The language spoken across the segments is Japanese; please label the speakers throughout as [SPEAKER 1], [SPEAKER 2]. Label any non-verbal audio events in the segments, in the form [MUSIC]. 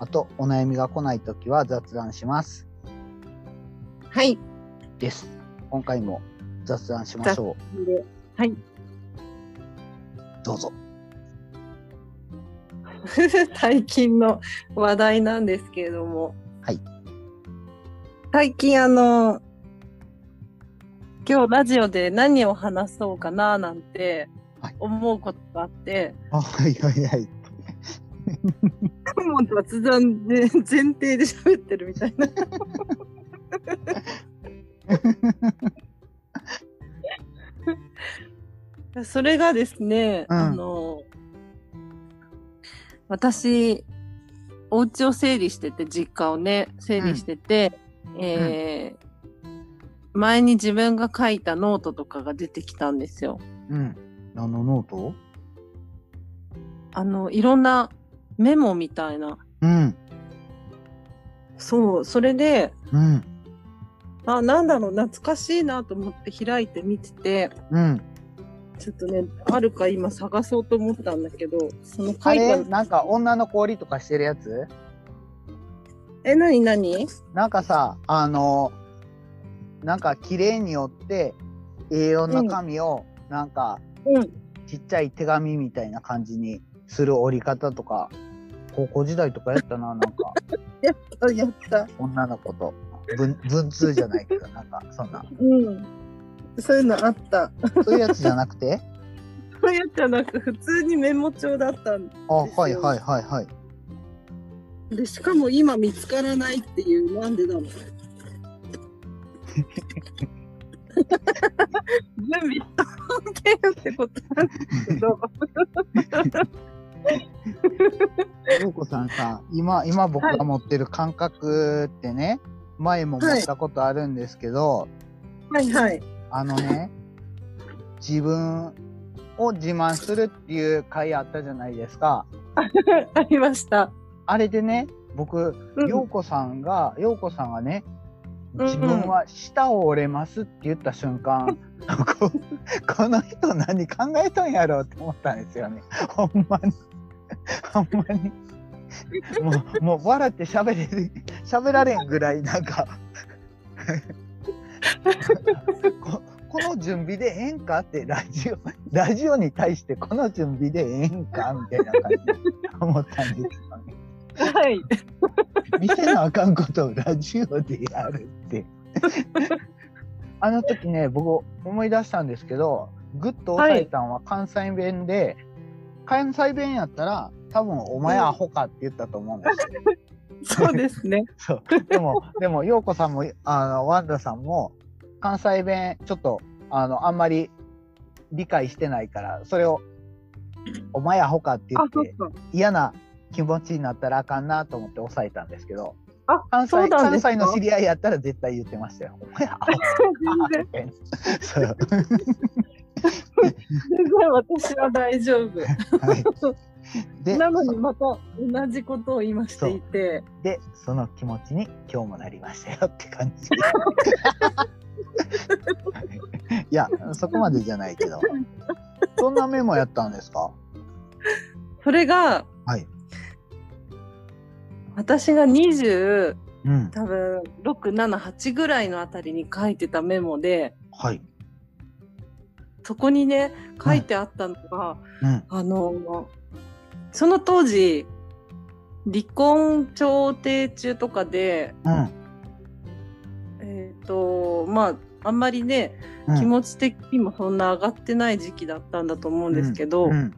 [SPEAKER 1] あと、お悩みが来ないときは雑談します。
[SPEAKER 2] [LAUGHS] はい。
[SPEAKER 1] です。今回も雑談しましょ
[SPEAKER 2] はい。
[SPEAKER 1] う。どうぞ。
[SPEAKER 2] 最近の話題なんですけれども。
[SPEAKER 1] はい。
[SPEAKER 2] 最近あの、今日ラジオで何を話そうかななんて
[SPEAKER 1] はい
[SPEAKER 2] 思うことがあって、
[SPEAKER 1] あ、はいはいはい。
[SPEAKER 2] もう雑談で前提で喋ってるみたいな。それがですね、
[SPEAKER 1] うん
[SPEAKER 2] あの私お家を整理してて実家をね整理してて、えー前に自分が書いたノートとかが出てきたんですよ。
[SPEAKER 1] うん。あのノート
[SPEAKER 2] あのいろんなメモみたいな。
[SPEAKER 1] うん。
[SPEAKER 2] そうそれで
[SPEAKER 1] うん。
[SPEAKER 2] あ、なんだろう、懐かしいなと思って開いて見てて、
[SPEAKER 1] うん。
[SPEAKER 2] ちょっとね、あるか今探そうと思ったんだけど、その書
[SPEAKER 1] あ
[SPEAKER 2] い
[SPEAKER 1] れ
[SPEAKER 2] た、
[SPEAKER 1] なんか女の子折りとかしてるやつ
[SPEAKER 2] え、なになに
[SPEAKER 1] なんかさ、あの、なんか綺麗に折って、A4 の紙を、なんか
[SPEAKER 2] うん。
[SPEAKER 1] ちっちゃい手紙みたいな感じにする折り方とか、高校時代とかやったな、なんか
[SPEAKER 2] やった、やった。
[SPEAKER 1] 女の子と。文文通じゃないけど、なんかそんな。
[SPEAKER 2] うん。そういうのあった。
[SPEAKER 1] そういうやつじゃなくて
[SPEAKER 2] そういうやつじゃなく、普通にメモ帳だったん
[SPEAKER 1] あ、はいはいはいはい。
[SPEAKER 2] で、しかも今見つからないっていう、なんでだろ [LAUGHS] う。準備したけよってことなんですけど。 [LAUGHS]
[SPEAKER 1] ようこさんさ、今、今僕が持ってる感覚ってね、前も持ったことあるんですけど、
[SPEAKER 2] はいはい。 [LAUGHS]
[SPEAKER 1] あのね、自分を自慢するっていう回あったじゃないですか。
[SPEAKER 2] ありました。
[SPEAKER 1] あれでね、僕、
[SPEAKER 2] うん
[SPEAKER 1] ようこさんが、ようこさんがね、
[SPEAKER 2] うん
[SPEAKER 1] 自分は舌を折れますって言った瞬間、ここの人何考えとんやろうって思ったんですよね。ほんまに。ほんまに。もう、もう笑って喋れる、喋られんぐらいなんかこ、この準備でええんかってラジオ、ラジオに対してこの準備でええんかみたいな感じで思ったんですよね。
[SPEAKER 2] はい。
[SPEAKER 1] 見せなあかんことをラジオでやるって。 [LAUGHS] あの時ね、僕思い出したんですけど、グッと抑えたんは関西弁で、関西弁やったら、多分お前アホかって言ったと思うん
[SPEAKER 2] [LAUGHS]
[SPEAKER 1] ですよ。
[SPEAKER 2] そうですね。
[SPEAKER 1] そう。でも、でも、陽子さんも、あの、ワンダさんも、関西弁、ちょっと、あの、あんまり理解してないから、それを、お前アホかって [LAUGHS] 言
[SPEAKER 2] あ
[SPEAKER 1] っ、、
[SPEAKER 2] そってか。
[SPEAKER 1] 嫌な気持ちになったらあかんなと思って抑えたんですけど、
[SPEAKER 2] あ、
[SPEAKER 1] 関
[SPEAKER 2] そう
[SPEAKER 1] 西
[SPEAKER 2] なん
[SPEAKER 1] 関
[SPEAKER 2] ですか
[SPEAKER 1] 西の知り合いやったら絶対言ってました
[SPEAKER 2] [LAUGHS]
[SPEAKER 1] よ。お前アホか
[SPEAKER 2] 全
[SPEAKER 1] みたいなそう
[SPEAKER 2] 然、 [LAUGHS] 全然私は大丈夫。 [LAUGHS]
[SPEAKER 1] はいで
[SPEAKER 2] なのにまた同じことを今していて、
[SPEAKER 1] で、その気持ちに今日もなりましたよって感
[SPEAKER 2] [LAUGHS]
[SPEAKER 1] じ。いや、そこまでじゃないけど。どんなメモやったんですか
[SPEAKER 2] それが、
[SPEAKER 1] はい
[SPEAKER 2] 私が20、
[SPEAKER 1] うん。
[SPEAKER 2] 多分、6、7、8ぐらいのあたりに書いてたメモで、
[SPEAKER 1] はい。
[SPEAKER 2] そこにね、書いてあったのが、
[SPEAKER 1] うん。
[SPEAKER 2] あの、その当時、離婚調停中とかで、
[SPEAKER 1] うん。
[SPEAKER 2] えっ、と、まあ、あんまりね、
[SPEAKER 1] うん
[SPEAKER 2] 気持ち的にもそんな上がってない時期だったんだと思うんですけど、
[SPEAKER 1] うん。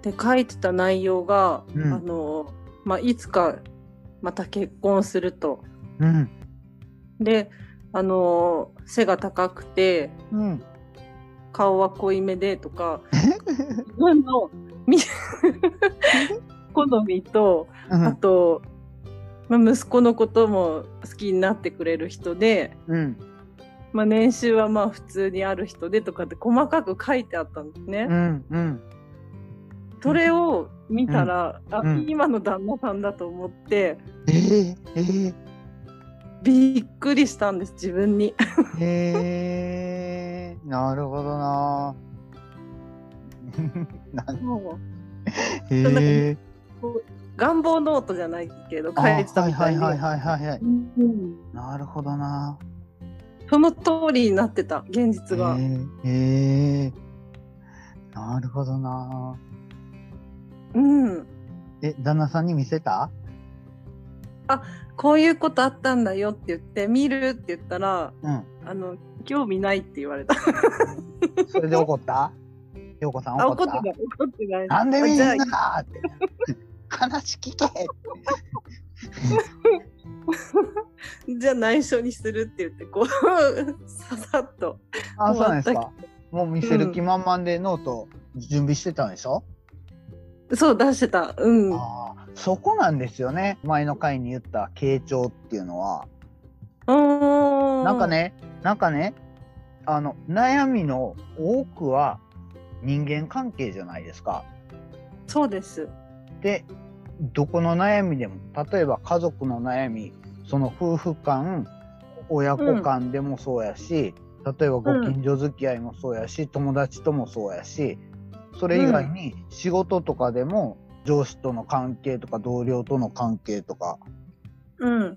[SPEAKER 2] で書いてた内容が、
[SPEAKER 1] うん
[SPEAKER 2] あのまあ、いつかまた結婚すると
[SPEAKER 1] うん。
[SPEAKER 2] であの背が高くて
[SPEAKER 1] うん。
[SPEAKER 2] 顔は濃いめでと
[SPEAKER 1] [LAUGHS]
[SPEAKER 2] か自分 [LAUGHS] のみ好みとあと、まあ、息子のことも好きになってくれる人で、
[SPEAKER 1] うん。
[SPEAKER 2] まあ、年収はまあ普通にある人でとかって細かく書いてあったんですね。
[SPEAKER 1] うん。うん。
[SPEAKER 2] それを見たら、あ
[SPEAKER 1] うん
[SPEAKER 2] 今の旦那さんだと思って
[SPEAKER 1] えー、えー、
[SPEAKER 2] びっくりしたんです自分に。
[SPEAKER 1] えー、なるほどな。 [LAUGHS] なんえー、
[SPEAKER 2] 願望ノートじゃないけど
[SPEAKER 1] あ
[SPEAKER 2] 書いてた
[SPEAKER 1] はい
[SPEAKER 2] みた
[SPEAKER 1] はいい
[SPEAKER 2] に
[SPEAKER 1] はいはいはいはい。
[SPEAKER 2] うん
[SPEAKER 1] なるほどな。
[SPEAKER 2] その通りになってた現実が、
[SPEAKER 1] えーえーなるほどな。
[SPEAKER 2] うん、
[SPEAKER 1] え、旦那さんに見せた
[SPEAKER 2] こういうことあったんだよって言って見るって言ったら
[SPEAKER 1] うん。
[SPEAKER 2] あの興味ないって言われた
[SPEAKER 1] それで怒った [LAUGHS] 陽子さん
[SPEAKER 2] あ
[SPEAKER 1] 怒っ
[SPEAKER 2] 怒
[SPEAKER 1] た
[SPEAKER 2] ってない怒ってない
[SPEAKER 1] なんで見
[SPEAKER 2] じ
[SPEAKER 1] せ
[SPEAKER 2] ゃあ
[SPEAKER 1] んなーって。話聞けって
[SPEAKER 2] じゃあ内緒にするって言ってこう [LAUGHS] ささっと
[SPEAKER 1] あ、そう
[SPEAKER 2] 終
[SPEAKER 1] なん
[SPEAKER 2] わ
[SPEAKER 1] で
[SPEAKER 2] っ
[SPEAKER 1] す
[SPEAKER 2] た
[SPEAKER 1] か。もう見せる気満々でノート準備してたんでしょ、
[SPEAKER 2] そう出してたうんうん
[SPEAKER 1] ああ、そこなんですよね。前の回に言った傾聴っていうのは。な
[SPEAKER 2] なん
[SPEAKER 1] かね、なんかね、あの、悩みの多くは人間関係じゃないですか。
[SPEAKER 2] そうです
[SPEAKER 1] で、どこの悩みでも、例えば家族の悩み、その夫婦間、親子間でもそうやし、例えばご近所付き合いもそうやし、友達ともそうやし、それ以外に仕事とかでも、上司との関係とか同僚との関係とか、
[SPEAKER 2] うん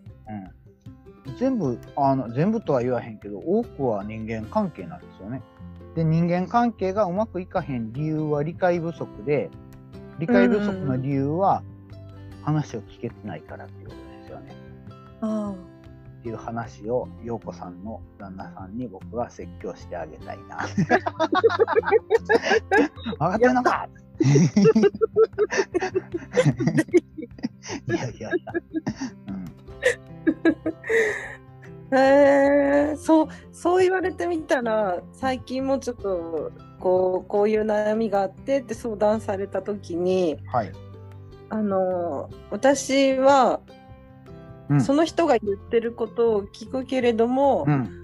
[SPEAKER 1] 全部あの全部とは言わへんけど多くは人間関係なんですよね。で人間関係がうまくいかへん理由は理解不足で理解不足の理由は話を聞けてないからっていうことですよね。
[SPEAKER 2] あ
[SPEAKER 1] っていう話を陽子さんの旦那さんに僕は説教してあげたいな。分かってんのか [LAUGHS] いやいやいや。うん
[SPEAKER 2] あへえそうそう言われてみたら最近もちょっとこうこういう悩みがあってって相談された時に
[SPEAKER 1] はい。
[SPEAKER 2] あの私は、
[SPEAKER 1] うん
[SPEAKER 2] その人が言ってることを聞くけれども、
[SPEAKER 1] うん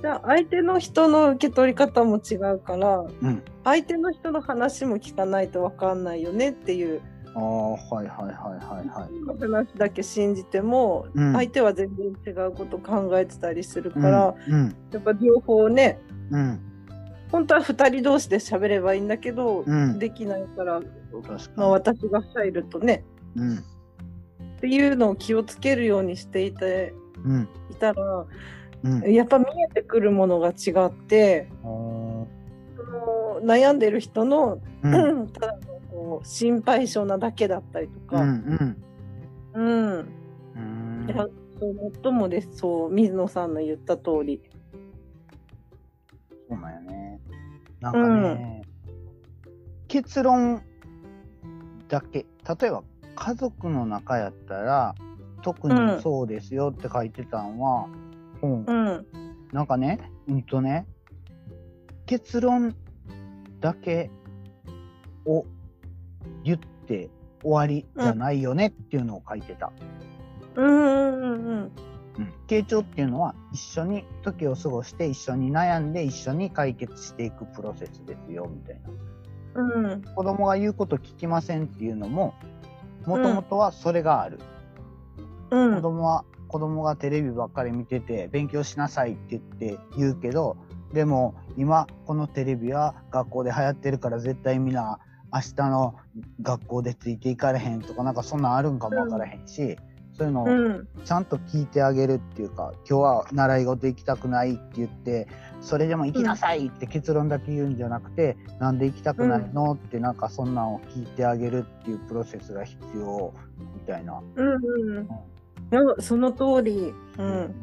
[SPEAKER 2] じゃあ相手の人の受け取り方も違うから
[SPEAKER 1] うん。
[SPEAKER 2] 相手の人の話も聞かないと分かんないよねっていう
[SPEAKER 1] ああはいはいはいはいはい。
[SPEAKER 2] 話だけ信じても、
[SPEAKER 1] うん
[SPEAKER 2] 相手は全然違うこと考えてたりするから、
[SPEAKER 1] うん
[SPEAKER 2] やっぱ両方ね
[SPEAKER 1] うん
[SPEAKER 2] 本当は2人同士で喋ればいいんだけど、
[SPEAKER 1] うん
[SPEAKER 2] できないから、
[SPEAKER 1] 確か
[SPEAKER 2] まあ、私が入るとね
[SPEAKER 1] にうん
[SPEAKER 2] っていうのを気をつけるようにしていて
[SPEAKER 1] うん
[SPEAKER 2] いたら
[SPEAKER 1] うん
[SPEAKER 2] やっぱ見えてくるものが違って
[SPEAKER 1] おー
[SPEAKER 2] その悩んでる人の、
[SPEAKER 1] うん
[SPEAKER 2] ただのこう心配性なだけだったりと
[SPEAKER 1] うんうん
[SPEAKER 2] か、うん
[SPEAKER 1] う
[SPEAKER 2] い
[SPEAKER 1] ん
[SPEAKER 2] やそうもっともですそう水野さんの言った通り
[SPEAKER 1] そうなんやねなんかね、結論だけ例えば家族の中やったら特
[SPEAKER 2] う
[SPEAKER 1] に
[SPEAKER 2] ん
[SPEAKER 1] そうですよって書いてたんは、本
[SPEAKER 2] うん
[SPEAKER 1] なんかねうんとね結論だけを言って終わりじゃないよねっていうのを書いてた。
[SPEAKER 2] うんうんうん
[SPEAKER 1] 傾聴っていうのは一緒に時を過ごして一緒に悩んで一緒に解決していくプロセスですよみたいな
[SPEAKER 2] うん
[SPEAKER 1] 子供が言うこと聞きませんっていうのももともとはそれがある、
[SPEAKER 2] うんう
[SPEAKER 1] 子
[SPEAKER 2] ん
[SPEAKER 1] 供は子供がテレビばっかり見てて勉強しなさいって言って言うけどでも今このテレビは学校で流行ってるから絶対みんな明日の学校でついていかれへんとかなんかそんなんあるんかもわからへんし、そういうのを
[SPEAKER 2] うん
[SPEAKER 1] ちゃんと聞いてあげるっていうか今日は習い事行きたくないって言ってそれでも行きなさいって結論だけ言うんじゃなくて、なんで行きたくないのってなんかそんなんを聞いてあげるっていうプロセスが必要みたいな、
[SPEAKER 2] うんうんうんその通りう
[SPEAKER 1] なん
[SPEAKER 2] ん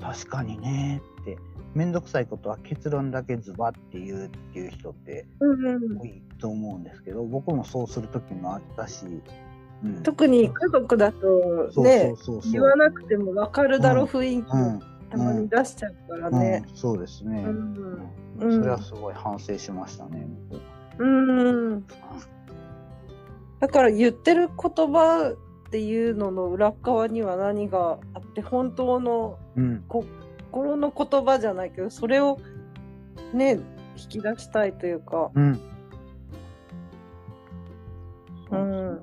[SPEAKER 1] か確かにねって面倒くさいことは結論だけズバって言うっていう人って
[SPEAKER 2] うんうん
[SPEAKER 1] 多いと思うんですけど僕もそうする時もあったし、うん、
[SPEAKER 2] 特に家族だと
[SPEAKER 1] そうそ
[SPEAKER 2] ね
[SPEAKER 1] うそうそ
[SPEAKER 2] 言
[SPEAKER 1] う
[SPEAKER 2] わ、なくても分かるだろ雰囲気
[SPEAKER 1] うん
[SPEAKER 2] たまに出しちゃうからね
[SPEAKER 1] うん、そうですね。
[SPEAKER 2] うん
[SPEAKER 1] う、
[SPEAKER 2] うんん
[SPEAKER 1] それはすごい反省しましたね。
[SPEAKER 2] うんだから言ってる言葉っていうのの裏側には何があって本当の
[SPEAKER 1] うん、
[SPEAKER 2] 心の言葉じゃないけどそれをね引き出したいというか、
[SPEAKER 1] うん。
[SPEAKER 2] うん
[SPEAKER 1] うん。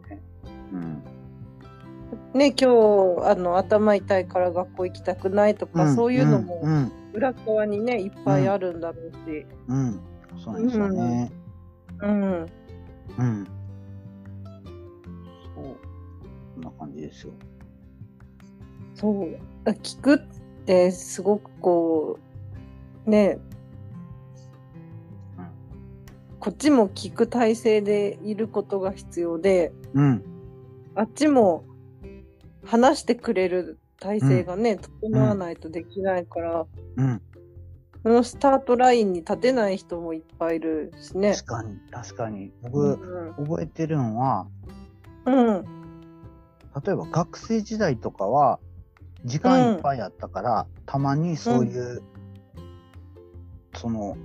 [SPEAKER 2] ね、今日あの頭痛いから学校行きたくないとか、
[SPEAKER 1] ん
[SPEAKER 2] そういうのも
[SPEAKER 1] うん。
[SPEAKER 2] 裏側にねいっぱいあるんだろうし、
[SPEAKER 1] うん。うんそうですよね。
[SPEAKER 2] うん
[SPEAKER 1] うん。そう。こんな感じですよ。
[SPEAKER 2] そうあ聞くってすごくこうね
[SPEAKER 1] うん
[SPEAKER 2] こっちも聞く体制でいることが必要で
[SPEAKER 1] うん。
[SPEAKER 2] あっちも話してくれる体制がね、整わないとできないから、
[SPEAKER 1] うん。
[SPEAKER 2] そのスタートラインに立てない人もいっぱいいるしね。
[SPEAKER 1] 確かに、確かに。
[SPEAKER 2] う
[SPEAKER 1] 僕、
[SPEAKER 2] ん、
[SPEAKER 1] 覚えてるんは、
[SPEAKER 2] うん、
[SPEAKER 1] 例えば学生時代とかは、時間いっぱいあったから、たまにそういう、その、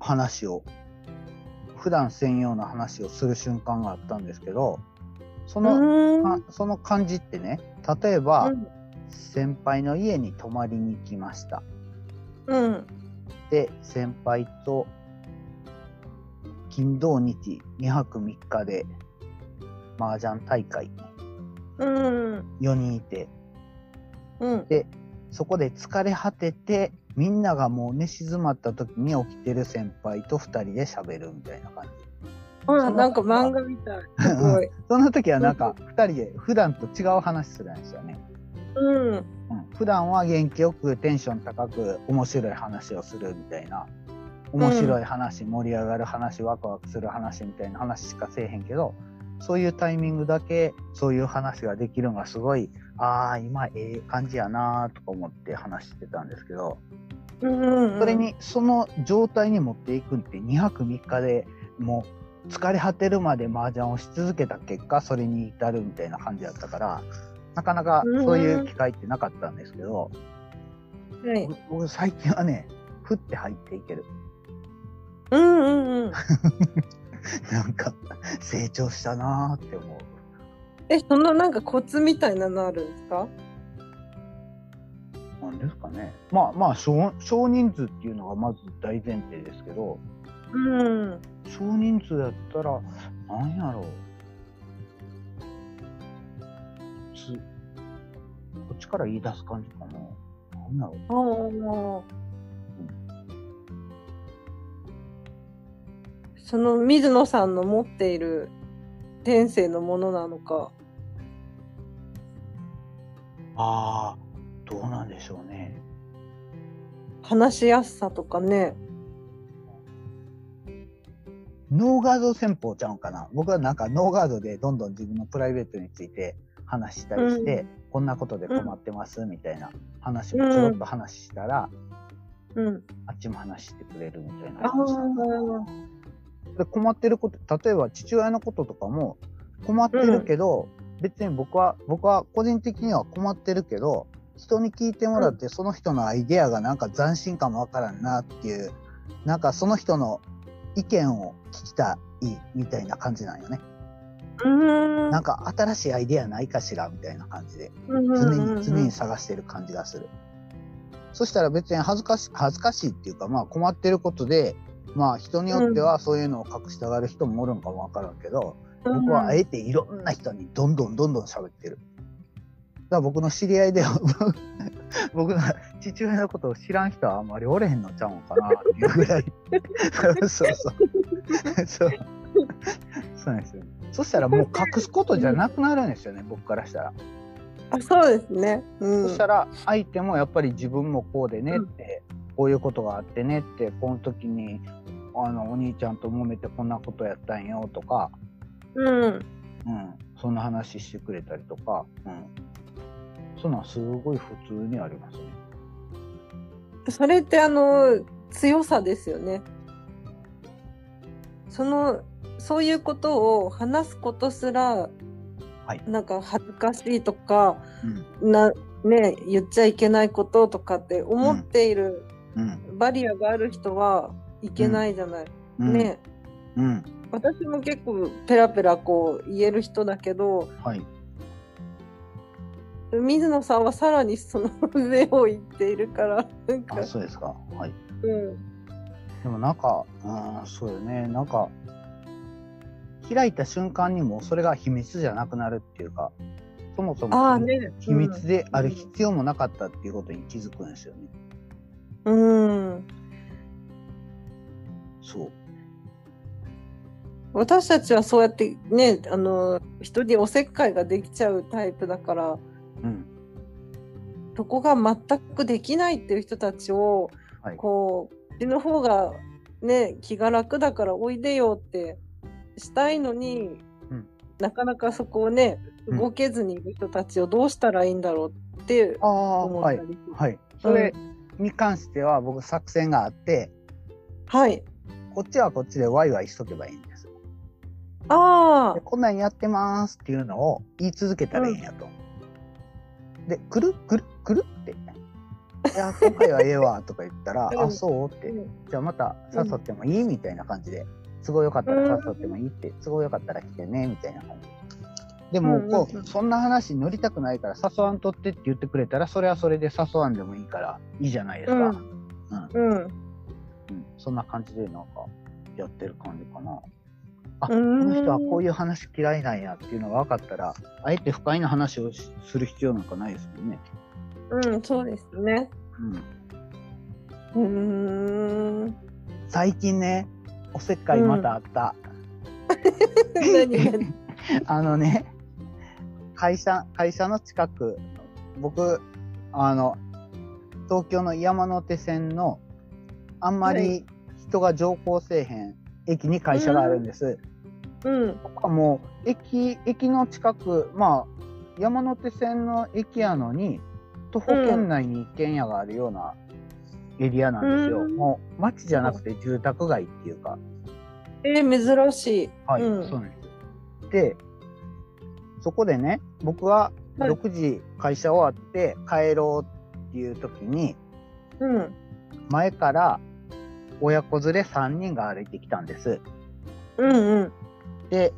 [SPEAKER 1] 話を、普段専用の話をする瞬間があったんですけど、その、
[SPEAKER 2] うん
[SPEAKER 1] あその感じってね例えば、
[SPEAKER 2] うん
[SPEAKER 1] 先輩の家に泊まりに来ました
[SPEAKER 2] うん、
[SPEAKER 1] で先輩と金土日2泊3日で麻雀大会
[SPEAKER 2] うん、
[SPEAKER 1] 4人いて
[SPEAKER 2] うん、
[SPEAKER 1] そこで疲れ果ててみんながもう寝静まった時に起きてる先輩と2人で喋るみたいな感じ
[SPEAKER 2] あなんか漫画み
[SPEAKER 1] [LAUGHS]
[SPEAKER 2] たい。すごい。
[SPEAKER 1] そんな時はなんか2人で普段と違う話するんですよね
[SPEAKER 2] うん、
[SPEAKER 1] うん普段は元気よくテンション高く面白い話をするみたいな面白い話、盛り上がる話ワクワクする話みたいな話しかせえへんけどそういうタイミングだけそういう話ができるのがすごいああ今ええ感じやなーとか思って話してたんですけど
[SPEAKER 2] うん、うん
[SPEAKER 1] それ。にその状態に持っていくんって2泊3日でもう疲れ果てるまで麻雀をし続けた結果それに至るみたいな感じだったからなかなかそういう機会ってなかったんですけど。
[SPEAKER 2] はい。
[SPEAKER 1] 僕僕最近はねふって入っていける [LAUGHS]
[SPEAKER 2] うんうんうん。
[SPEAKER 1] なんか成長したなーって思う
[SPEAKER 2] え、そのなんかコツみたいなのあるんですか
[SPEAKER 1] なんですかねまあまあ少少人数っていうのがまず大前提ですけど
[SPEAKER 2] うん。
[SPEAKER 1] 少人数やったらなんやろうつこっちから言い出す感じかななんやろ
[SPEAKER 2] ああ。その水野さんの持っている天性のものなのか。
[SPEAKER 1] うあーどうなんでしょうね
[SPEAKER 2] 話しやすさとかね。
[SPEAKER 1] ノーガード戦法ちゃうんかな僕はなんかノーガードでどんどん自分のプライベートについて話したりして、
[SPEAKER 2] う
[SPEAKER 1] こんなことで困ってますみたいな話をちょろっと話したら、
[SPEAKER 2] うん。
[SPEAKER 1] あっちも話してくれるみたいな
[SPEAKER 2] ああ。
[SPEAKER 1] 感じで困ってること例えば父親のこととかも困ってるけど、別に僕は僕は個人的には困ってるけど人に聞いてもらって、その人のアイデアがなんか斬新かもわからんなっていうなんかその人の意見を聞きたいみたいな感じなんよね。
[SPEAKER 2] うん。
[SPEAKER 1] なんか新しいアイデアないかしらみたいな感じで
[SPEAKER 2] うん
[SPEAKER 1] 常
[SPEAKER 2] うんう
[SPEAKER 1] に
[SPEAKER 2] ん
[SPEAKER 1] 常に探してる感じがする。そしたら別に恥ずかし恥ずかしいっていうかまあ困ってることでまあ人によってはそういうのを隠したがる人もおるんかもわからんけど、僕はあえていろんな人にどんどんどんどん喋ってる。だから僕の知り合いでは [LAUGHS] 僕の父親のことを知らん人はあんまりおれへんのちゃうんかなっていうぐらい [LAUGHS] そうそうそうそうそうなんですよそしたらもう隠すことじゃなくなるんですよね僕からしたら。
[SPEAKER 2] あ、そうですね。うん。
[SPEAKER 1] そしたら相手もやっぱり自分もこうでねって、こういうことがあってねってこの時にあのお兄ちゃんと揉めてこんなことやったんよとか、
[SPEAKER 2] うん。
[SPEAKER 1] うん、そんな話してくれたりとか、うん、そんなんすごい普通にありますね。
[SPEAKER 2] それってあの強さですよね。そのそういうことを話すことすら、
[SPEAKER 1] はい
[SPEAKER 2] なんか恥ずかしいとか
[SPEAKER 1] うん
[SPEAKER 2] な、ね、言っちゃいけないこととかって思っている、
[SPEAKER 1] うん
[SPEAKER 2] バリアがある人はいけないじゃない、
[SPEAKER 1] うん
[SPEAKER 2] ね
[SPEAKER 1] うん
[SPEAKER 2] 私も結構ペラペラこう言える人だけど
[SPEAKER 1] はい。
[SPEAKER 2] 水野さんはさらにその上を行っているからなんか
[SPEAKER 1] あ、そうですか。はい。
[SPEAKER 2] うん
[SPEAKER 1] でもなんか、うん、そうよね。なんか、開いた瞬間にもうそれが秘密じゃなくなるっていうか、そもそ
[SPEAKER 2] あ
[SPEAKER 1] も
[SPEAKER 2] あね
[SPEAKER 1] 秘密である必要もなかったっていうことに気づくんですよね。
[SPEAKER 2] うん、うん
[SPEAKER 1] そう。
[SPEAKER 2] 私たちはそうやってねあの人におせっかいができちゃうタイプだから
[SPEAKER 1] うん。
[SPEAKER 2] そこが全くできないっていう人たちを
[SPEAKER 1] はい。
[SPEAKER 2] こううちの方がね気が楽だからおいでよってしたいのに、
[SPEAKER 1] うん
[SPEAKER 2] なかなかそこをね
[SPEAKER 1] うん
[SPEAKER 2] 動けずにいる人たちをどうしたらいいんだろうって
[SPEAKER 1] ああ、
[SPEAKER 2] 思った
[SPEAKER 1] はい
[SPEAKER 2] り。
[SPEAKER 1] はい。それに関しては僕作戦があって、
[SPEAKER 2] はい
[SPEAKER 1] こっちはこっちでワイワイしとけばいいんです。
[SPEAKER 2] あ
[SPEAKER 1] でこんなんやってますっていうのを言い続けたらいいんやと。で、くるくるくるって。いや、今回はええわとか言ったら
[SPEAKER 2] う、ん
[SPEAKER 1] あ、そうって
[SPEAKER 2] う。
[SPEAKER 1] じゃあまた誘ってもいいみたいな感じで、都合よかったら誘ってもいいって、都合よかったら来てねみたいな感じ。でも
[SPEAKER 2] うんうん
[SPEAKER 1] こう、
[SPEAKER 2] うん
[SPEAKER 1] そんな話に乗りたくないから誘わんとってって言ってくれたらそれはそれで誘わんでもいいからいいじゃないですか、
[SPEAKER 2] う
[SPEAKER 1] うん
[SPEAKER 2] んうん
[SPEAKER 1] そんな感じでなんかやってる感じかな。あ
[SPEAKER 2] うーん
[SPEAKER 1] この人はこういう話嫌いなんやっていうのが分かったら、あえて不快な話をしする必要なんかないですもんね。
[SPEAKER 2] うんそうですね
[SPEAKER 1] うん、
[SPEAKER 2] うー
[SPEAKER 1] [LAUGHS]
[SPEAKER 2] ん
[SPEAKER 1] 最近ね、おせっかいまたあった。
[SPEAKER 2] 何が
[SPEAKER 1] [LAUGHS] あのね、会社、会社の近く、僕、あの、東京の山手線の、あんま
[SPEAKER 2] は
[SPEAKER 1] り人が乗降せえへん駅に会社があるんです。
[SPEAKER 2] うん
[SPEAKER 1] 僕はもう、駅、駅の近く、まあ、山手線の駅やのに、徒歩圏内に一軒家があるようなエリアなんですよ。
[SPEAKER 2] うん
[SPEAKER 1] もう、街じゃなくて住宅街っていうか、
[SPEAKER 2] えー、珍しい
[SPEAKER 1] はい、
[SPEAKER 2] うん
[SPEAKER 1] そうなんです。で、そこでね、僕は
[SPEAKER 2] はい
[SPEAKER 1] 6時会社終わって帰ろうっていう時に、
[SPEAKER 2] うん
[SPEAKER 1] 前から親子連れ3人が歩いてきたんです。
[SPEAKER 2] うんうん
[SPEAKER 1] で、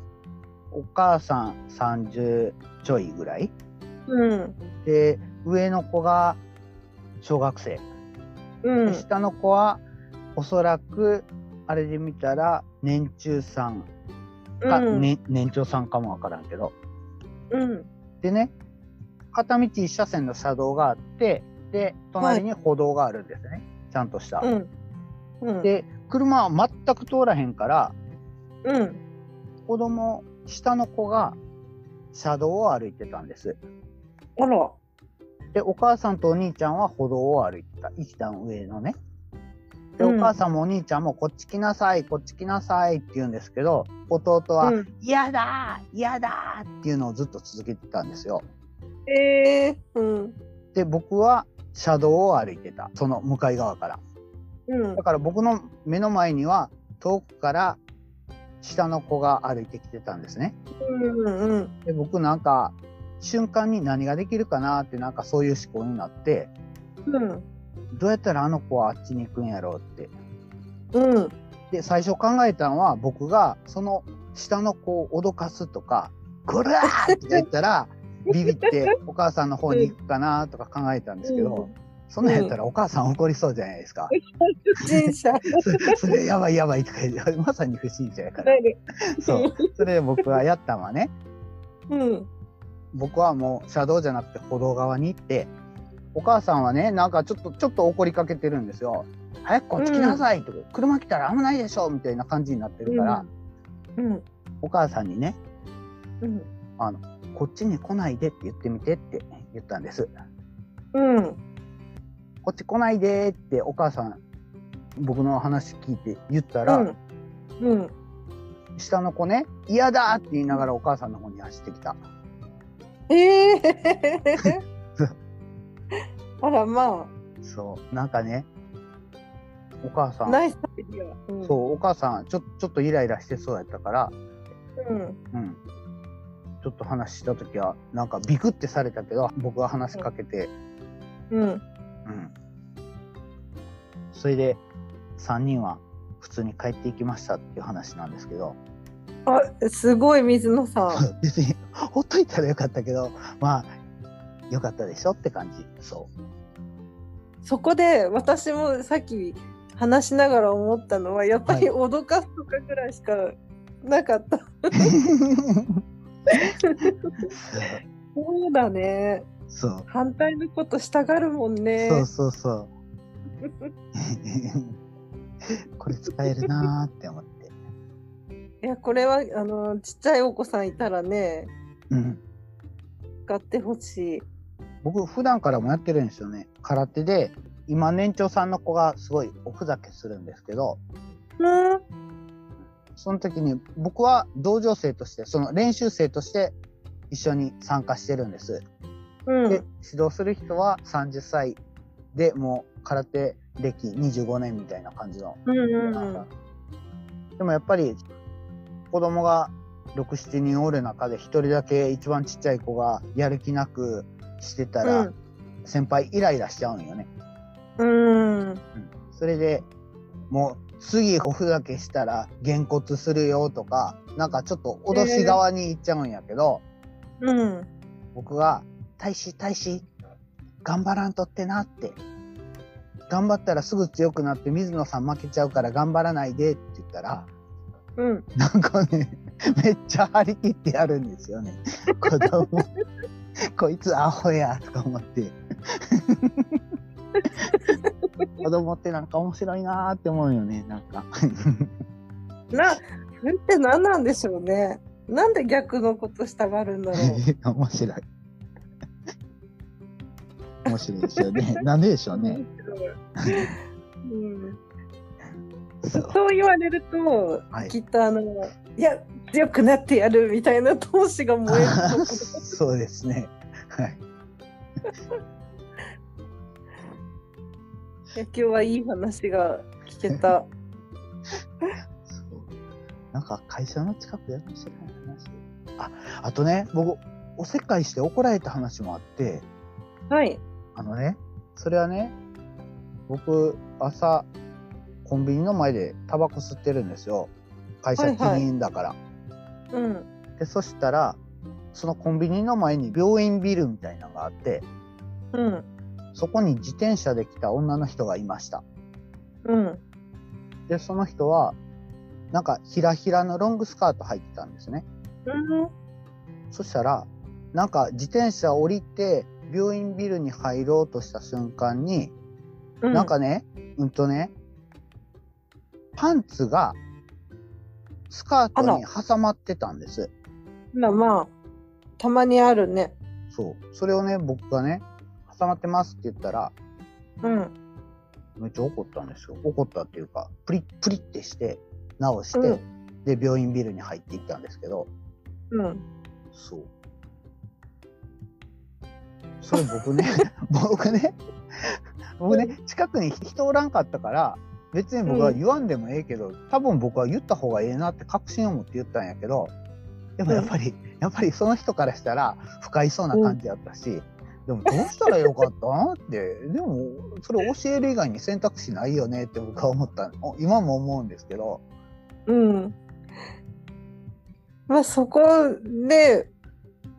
[SPEAKER 1] お母さん30ちょいぐらい。
[SPEAKER 2] うん
[SPEAKER 1] で、上の子が小学生。
[SPEAKER 2] う
[SPEAKER 1] で
[SPEAKER 2] ん
[SPEAKER 1] 下の子はおそらく、あれで見たら年中さんか、
[SPEAKER 2] うん
[SPEAKER 1] ね年長さんかもわからんけど。
[SPEAKER 2] うん
[SPEAKER 1] でね、片道1車線の車道があって、で、隣に歩道があるんですね。ちゃんとした。
[SPEAKER 2] うんうん
[SPEAKER 1] で、車は全く通らへんから、
[SPEAKER 2] うん
[SPEAKER 1] 子供、下の子が車道を歩いてたんです。
[SPEAKER 2] あら
[SPEAKER 1] で、お母さんとお兄ちゃんは歩道を歩いてた。一段上のね。で、
[SPEAKER 2] うん
[SPEAKER 1] お母さんもお兄ちゃんもこっち来なさい、こっち来なさいって言うんですけど、弟は、
[SPEAKER 2] うん
[SPEAKER 1] 嫌だー嫌だーっていうのをずっと続けてたんですよ。
[SPEAKER 2] えー、うん
[SPEAKER 1] で、僕は車道を歩いてた。その向かい側から。
[SPEAKER 2] うん
[SPEAKER 1] だから僕の目の前には遠くから下の子が歩いてきてたんですね。
[SPEAKER 2] うんうん
[SPEAKER 1] で僕なんか瞬間に何ができるかなってなんかそういう思考になって
[SPEAKER 2] うん
[SPEAKER 1] どうやったらあの子はあっちに行くんやろうって。
[SPEAKER 2] うん
[SPEAKER 1] で最初考えたのは僕がその下の子を脅かすとか「こら!」って言ったらビビってお母さんの方に行くかなとか考えたんですけど、
[SPEAKER 2] う
[SPEAKER 1] そんなんやったらお母さん怒りそうじゃないですか。
[SPEAKER 2] 不審者
[SPEAKER 1] それ [LAUGHS] それやばいやばいとか言ってまさに不審者やから
[SPEAKER 2] な。る
[SPEAKER 1] そう。それで僕はやったんはね、
[SPEAKER 2] うん
[SPEAKER 1] 僕はもう車道じゃなくて歩道側に行って、お母さんはね、なんかちょっと、ちょっと怒りかけてるんですよ。早くこっち来なさいとか、車来たら危ないでしょみたいな感じになってるから、
[SPEAKER 2] うん
[SPEAKER 1] お母さんにね、
[SPEAKER 2] うん
[SPEAKER 1] こっちに来ないでって言ってみてって言ったんです。
[SPEAKER 2] うん
[SPEAKER 1] こっち来ないでってお母さん、僕の話聞いて言ったら、
[SPEAKER 2] うん
[SPEAKER 1] 下の子ね、嫌だって言いながらお母さんの方に走ってきた。[LAUGHS]
[SPEAKER 2] えー、あらま
[SPEAKER 1] そう、なんかね、お母さ
[SPEAKER 2] あ
[SPEAKER 1] ん、
[SPEAKER 2] ナイスアイディアうん
[SPEAKER 1] そう、お母さん、ちょちょっとイライラしてそうやったから、
[SPEAKER 2] うん
[SPEAKER 1] うん。ちょっと話したときは、なんかビクってされたけど、僕が話しかけて、
[SPEAKER 2] うん
[SPEAKER 1] うん。それで、3人は普通に帰っていきましたっていう話なんですけど、
[SPEAKER 2] あすごい水野さん。
[SPEAKER 1] 別に [LAUGHS] ほっといたらよかったけどまあよかったでしょって感じそう
[SPEAKER 2] そこで私もさっき話しながら思ったのはやっぱり脅かすとかぐらいしかなかった。そうだね。
[SPEAKER 1] そう
[SPEAKER 2] 反対のことしたがるもんね。
[SPEAKER 1] そうそうそうこれ使えるなーって思って
[SPEAKER 2] いやこれはあのちっちゃいお子さんいたらね
[SPEAKER 1] うん
[SPEAKER 2] 使ってほしい。
[SPEAKER 1] 僕普段からもやってるんですよね空手で今年長さんの子がすごいおふざけするんですけど
[SPEAKER 2] うん
[SPEAKER 1] その時に僕は同情生としてその練習生として一緒に参加してるんです。
[SPEAKER 2] うん
[SPEAKER 1] で指導する人は30歳でもう空手歴25年みたいな感じの。
[SPEAKER 2] うんうん
[SPEAKER 1] なん
[SPEAKER 2] う
[SPEAKER 1] か
[SPEAKER 2] ん
[SPEAKER 1] でもやっぱり子供が67人おる中で1人だけ一番ちっちゃい子がやる気なくしてたら先輩イライラしちゃうんよね。
[SPEAKER 2] うんうん
[SPEAKER 1] それでもう次おふざけしたらげんこつするよとかなんかちょっと脅し側に行っちゃうんやけど、
[SPEAKER 2] うん
[SPEAKER 1] 僕が「大使大使頑張らんとってな」って「頑張ったらすぐ強くなって水野さん負けちゃうから頑張らないで」って言ったら
[SPEAKER 2] うん
[SPEAKER 1] なんかね [LAUGHS] めっちゃ張り切ってやるんです [LAUGHS] よね子供こいつアホやとか思って [LAUGHS] 子供ってなんか面白いなーって思うよねなんか
[SPEAKER 2] なそれって何なんでしょうねなんで逆のことしたがるんだろ [LAUGHS] う
[SPEAKER 1] 面白い面白いですよねなんででしょうね
[SPEAKER 2] うん、
[SPEAKER 1] そう
[SPEAKER 2] そう言われると、
[SPEAKER 1] はい
[SPEAKER 2] きっとあのいや強くなってやるみたいな闘志が燃える
[SPEAKER 1] あー [LAUGHS] そうですねはい
[SPEAKER 2] いや今日はいい話が聞け
[SPEAKER 1] [LAUGHS]
[SPEAKER 2] た
[SPEAKER 1] そうなんか会社の近くやるしない話ああとね僕おせっかいして怒られた話もあって
[SPEAKER 2] はい
[SPEAKER 1] あのねそれはね僕朝コンビニの前でタバコ吸ってるんですよ会社
[SPEAKER 2] はいはい
[SPEAKER 1] 禁煙だから、
[SPEAKER 2] うん
[SPEAKER 1] でそしたらそのコンビニの前に病院ビルみたいなのがあって
[SPEAKER 2] うん
[SPEAKER 1] そこに自転車で来た女の人がいました
[SPEAKER 2] うん
[SPEAKER 1] でその人はなんかひらひらのロングスカート履いてたんですね
[SPEAKER 2] うん
[SPEAKER 1] そしたらなんか自転車降りて病院ビルに入ろうとした瞬間に、
[SPEAKER 2] うん
[SPEAKER 1] なんかねうんとねパンツがスカートに挟まってたんです
[SPEAKER 2] まあまあたまにあるね
[SPEAKER 1] そうそれをね僕がね「挟まってます」って言ったら
[SPEAKER 2] うん
[SPEAKER 1] めっちゃ怒ったんですよ怒ったっていうかプリップリってして直して、
[SPEAKER 2] う
[SPEAKER 1] で病院ビルに入っていったんですけど
[SPEAKER 2] うん
[SPEAKER 1] そう。それ僕 [LAUGHS] ね、僕ね、僕ね、近くに人おらんかったから、別に僕は言わんでもええけど、多分僕は言った方がええなって確信を持って言ったんやけど、でもやっぱり、やっぱりその人からしたら不快そうな感じやったし、でもどうしたらよかったんって、でもそれ教える以外に選択肢ないよねって僕は思ったの。今も思うんですけど、
[SPEAKER 2] うんまあそこで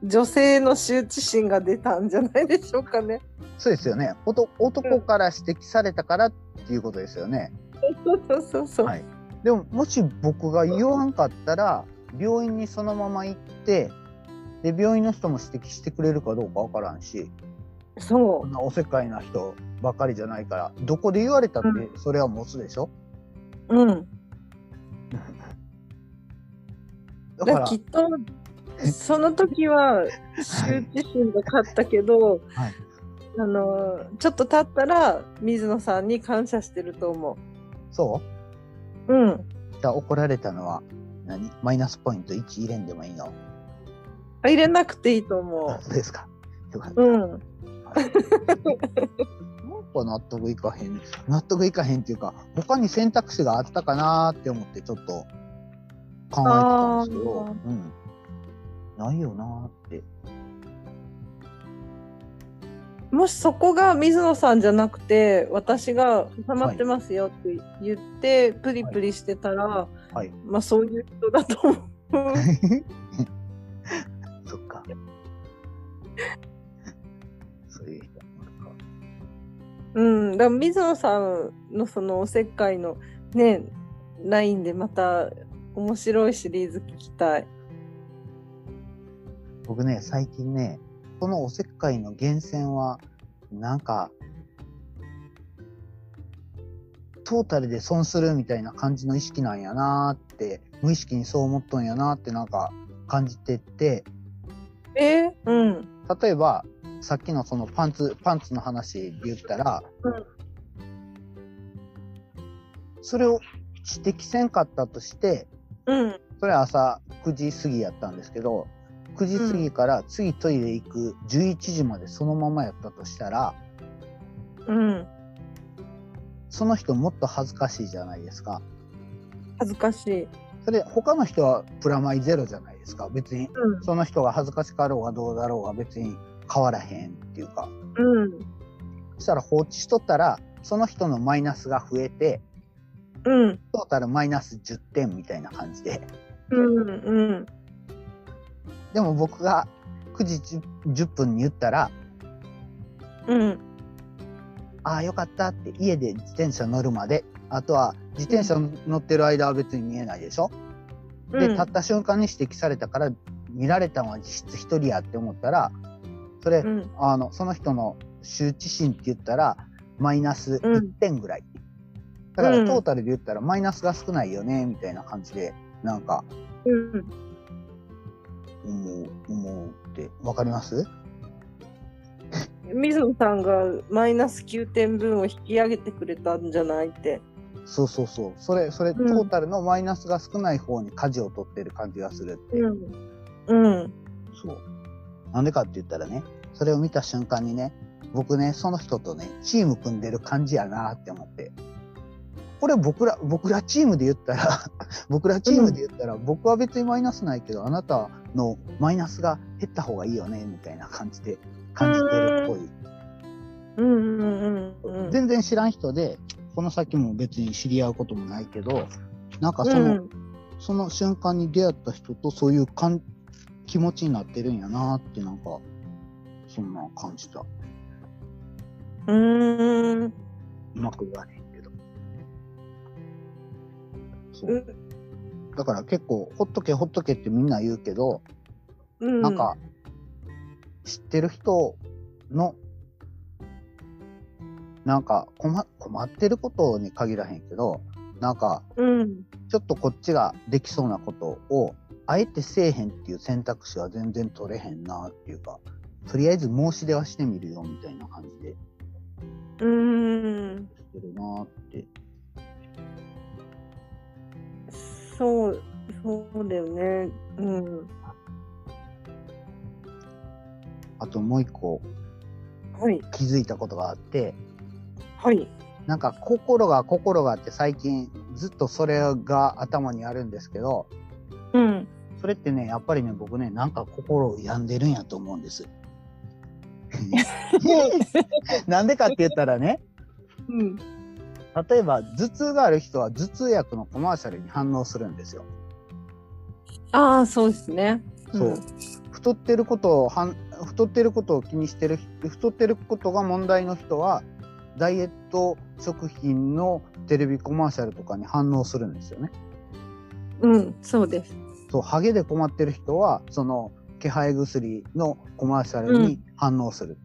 [SPEAKER 2] 女性の羞恥心が出たんじゃないでしょう
[SPEAKER 1] [LAUGHS]
[SPEAKER 2] かね。
[SPEAKER 1] そうですよね。おと男から指摘されたからっていうことですよね。
[SPEAKER 2] そうそうそうそう。
[SPEAKER 1] はいでももし僕が言わんかったら病院にそのまま行ってで病院の人も指摘してくれるかどうかわからんし
[SPEAKER 2] そ
[SPEAKER 1] こんなおせっかいな人ばかりじゃないからどこで言われたってそれは持つでしょ、
[SPEAKER 2] う。うん。
[SPEAKER 1] だか
[SPEAKER 2] だから
[SPEAKER 1] ら
[SPEAKER 2] きっとその時は羞恥心が勝ったけど、
[SPEAKER 1] はい
[SPEAKER 2] あのちょっと経ったら水野さんに感謝してると思。
[SPEAKER 1] そう
[SPEAKER 2] うん。
[SPEAKER 1] うじゃあ怒られたのは何マイナスポイント1入れんでもいいの
[SPEAKER 2] 入れなくていいと思
[SPEAKER 1] そうですかよかった、
[SPEAKER 2] う。うん。
[SPEAKER 1] なんか納得いかへん納得いかへんっていうか他に選択肢があったかなーって思ってちょっと考えてたんですけど、
[SPEAKER 2] あー
[SPEAKER 1] うん、ないよなーって
[SPEAKER 2] もしそこが水野さんじゃなくて私が「挟まってますよ」って言って、プリプリしてたら、
[SPEAKER 1] はい
[SPEAKER 2] まあそういう人だと思
[SPEAKER 1] [LAUGHS] そっか。そういう人もいるか。
[SPEAKER 2] うん、だから水野さんのそのおせっかいのね、ラインでまた面白いシリーズ聞きたい。
[SPEAKER 1] 僕ね、最近ね、このおせっかいの源泉は、なんか、トータルで損するみたいな感じの意識なんやなーって、無意識にそう思っとんやなーってなんか感じてって、
[SPEAKER 2] えうん。
[SPEAKER 1] 例えば、さっきのそのパンツ、パンツの話で言ったら、
[SPEAKER 2] うん
[SPEAKER 1] それを指摘せんかったとして、
[SPEAKER 2] うん。
[SPEAKER 1] それ朝9時過ぎやったんですけど、9時過ぎから次トイレ行く11時までそのままやったとしたら、
[SPEAKER 2] うん。
[SPEAKER 1] その人もっと恥ずかしいじゃないですか。
[SPEAKER 2] 恥ずかしい。
[SPEAKER 1] それ他の人はプラマイゼロじゃないですか。別に
[SPEAKER 2] うん。
[SPEAKER 1] その人が恥ずかしかろうがどうだろうが別に変わらへんっていうか。
[SPEAKER 2] うん。
[SPEAKER 1] そしたら放置しとったら、その人のマイナスが増えて、
[SPEAKER 2] うん。
[SPEAKER 1] トータルマイナス10点みたいな感じで。
[SPEAKER 2] うん。うん。
[SPEAKER 1] でも僕が9時 10, 10分に言ったら、
[SPEAKER 2] うん。
[SPEAKER 1] ああ、よかったって家で自転車乗るまで、あとは自転車乗ってる間は別に見えないでしょ、で、立った瞬間に指摘されたから、見られたのは実質一人やって思ったら、それ、
[SPEAKER 2] うん。
[SPEAKER 1] あの、その人の羞恥心って言ったら、マイナス
[SPEAKER 2] うん
[SPEAKER 1] 1点ぐらい。だから
[SPEAKER 2] う
[SPEAKER 1] ト
[SPEAKER 2] ん
[SPEAKER 1] ータルで言ったらマイナスが少ないよね、みたいな感じで、なんか、
[SPEAKER 2] うん。
[SPEAKER 1] 思う、思うって、わかります
[SPEAKER 2] 水野さんがマイナス9点分を引き上げてくれたんじゃないって。
[SPEAKER 1] そうそうそう。それ、それ、ト
[SPEAKER 2] うん
[SPEAKER 1] ータルのマイナスが少ない方に舵を取ってる感じがするって。
[SPEAKER 2] うん。うん。
[SPEAKER 1] そう。なんでかって言ったらね、それを見た瞬間にね、僕ね、その人とね、チーム組んでる感じやなって思って。これ僕ら、僕らチームで言ったら、 [LAUGHS] 僕らチームで言ったら、僕は別にマイナスないけど、あなたのマイナスが減った方がいいよね、みたいな感じで感じてるっぽい。
[SPEAKER 2] うんうんうんうん。
[SPEAKER 1] 全然知らん人で、この先も別に知り合うこともないけど、なんかその、
[SPEAKER 2] うん
[SPEAKER 1] その瞬間に出会った人とそういうかん気持ちになってるんやなってなんかそんな感じたう
[SPEAKER 2] うーん。
[SPEAKER 1] まく言われへんけどそううんだから結構ほっとけほっとけってみんな言うけど、
[SPEAKER 2] うん。
[SPEAKER 1] なんか知ってる人のなんか困困ってることに限らへんけどなんか
[SPEAKER 2] うん。
[SPEAKER 1] ちょっとこっちができそうなことを、あえてせえへんっていう選択肢は全然取れへんなっていうか、とりあえず申し出はしてみるよみたいな感じで
[SPEAKER 2] うーん。
[SPEAKER 1] してるなって。
[SPEAKER 2] そう、そうだよね。うん。
[SPEAKER 1] あともう一個
[SPEAKER 2] はい。
[SPEAKER 1] 気づいたことがあって、
[SPEAKER 2] はい。
[SPEAKER 1] なんか心が心がって最近ずっとそれが頭にあるんですけど、
[SPEAKER 2] うん。
[SPEAKER 1] それってね、やっぱりね、僕ね、なんか心を病んでるんやと思うんです。なんでかって言ったらね、
[SPEAKER 2] うん。
[SPEAKER 1] 例えば頭痛がある人は頭痛薬のコマーシャルに反応するんですよ。
[SPEAKER 2] ああ、そうですね。
[SPEAKER 1] そう太ってることをはん太ってることを気にしてる人太ってることが問題の人はダイエット食品のテレビコマーシャルとかに反応するんですよね。
[SPEAKER 2] うん。うん。そうです。
[SPEAKER 1] そうハゲで困ってる人はその気配薬のコマーシャルに反応する。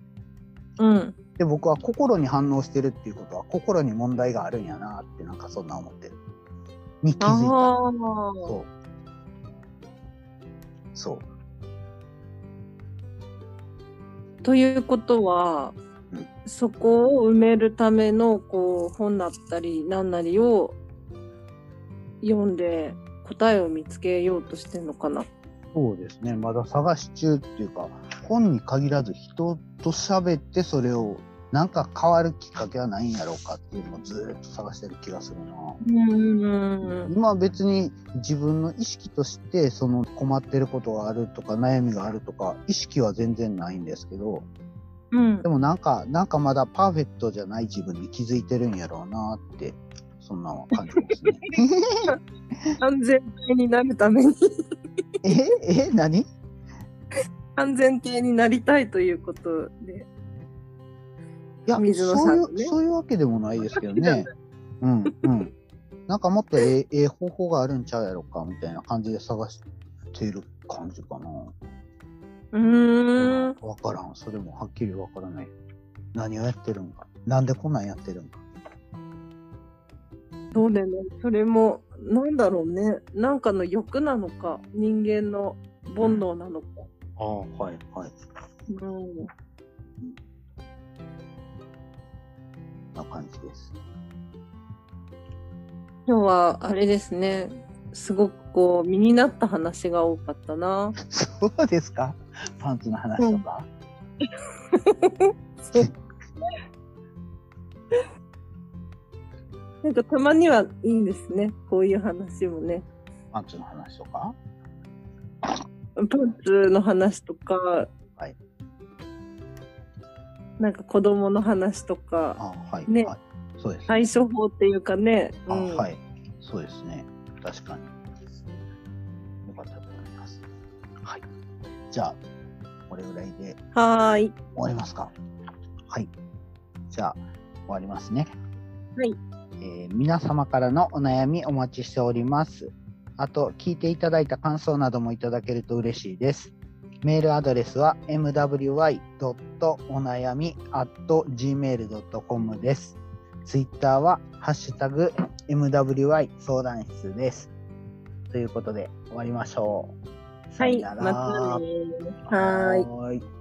[SPEAKER 2] うん。
[SPEAKER 1] で僕は心に反応してるっていうことは心に問題があるんやなってなんかそんな思ってる。に気づいた。
[SPEAKER 2] ああ。
[SPEAKER 1] そう。そう。
[SPEAKER 2] ということは
[SPEAKER 1] うん、
[SPEAKER 2] そこを埋めるためのこう本だったり何なりを読んで答えを見つけようとしてるのかな。
[SPEAKER 1] そうですね。まだ探し中っていうか、本に限らず人と喋ってそれをなんか変わるきっかけはないんやろうかっていうのをずーっと探してる気がするな。
[SPEAKER 2] うん。
[SPEAKER 1] 今は別に自分の意識としてその困ってることがあるとか悩みがあるとか意識は全然ないんですけど、
[SPEAKER 2] うん
[SPEAKER 1] で。もなんか、なんかまだパーフェクトじゃない自分に気づいてるんやろうなって、そんなのは感じますね。
[SPEAKER 2] 安全になるために。
[SPEAKER 1] ええ何
[SPEAKER 2] 安全系になりたいということで。
[SPEAKER 1] いや、
[SPEAKER 2] 水野
[SPEAKER 1] そ
[SPEAKER 2] さ
[SPEAKER 1] うんい
[SPEAKER 2] のね
[SPEAKER 1] う、そういうわけでもないですけど
[SPEAKER 2] [LAUGHS] そういうわ
[SPEAKER 1] ね。うん、うん。なんかもっとええええ方法があるんちゃうやろか、みたいな感じで探してる感じかな。
[SPEAKER 2] うーん。
[SPEAKER 1] わからん。それもはっきりわからない。何をやってるんか。なんでこんなんやってるんか。
[SPEAKER 2] どうだよね。それも、なんだろうね。なんかの欲なのか、人間の煩悩なのか。
[SPEAKER 1] ああ、はい、はい。
[SPEAKER 2] うん。
[SPEAKER 1] な感じです。 [LAUGHS]
[SPEAKER 2] 今日は、あれですね。すごくこう、身になった話が多かったな。
[SPEAKER 1] そうですかパンツの話とか。
[SPEAKER 2] [LAUGHS] なんかたまにはいいですね。こういう話もね。
[SPEAKER 1] パンツの話とか。
[SPEAKER 2] パンツの話とか、
[SPEAKER 1] はい
[SPEAKER 2] なんか子供の話とか、
[SPEAKER 1] ああ、はい、
[SPEAKER 2] ね
[SPEAKER 1] はい。そうです。
[SPEAKER 2] 対処法っていうかね。
[SPEAKER 1] あ、
[SPEAKER 2] うん
[SPEAKER 1] はい。そうですね。確かに。よかったと思います。はい。じゃあ、これぐらいで終
[SPEAKER 2] はーい。
[SPEAKER 1] わりますか。はい。じゃあ、終わりますね。
[SPEAKER 2] はい。
[SPEAKER 1] えー皆様からのお悩みお待ちしております。あと、聞いていただいた感想などもいただけると嬉しいです。メールアドレスは mwy.onayami.gmail.com です。ツイッターは、ハッシュタグ MWI 相談室です。ということで、終わりましょう。
[SPEAKER 2] はい。
[SPEAKER 1] さ
[SPEAKER 2] ま
[SPEAKER 1] よなら
[SPEAKER 2] たねー。はーい。
[SPEAKER 1] はーい。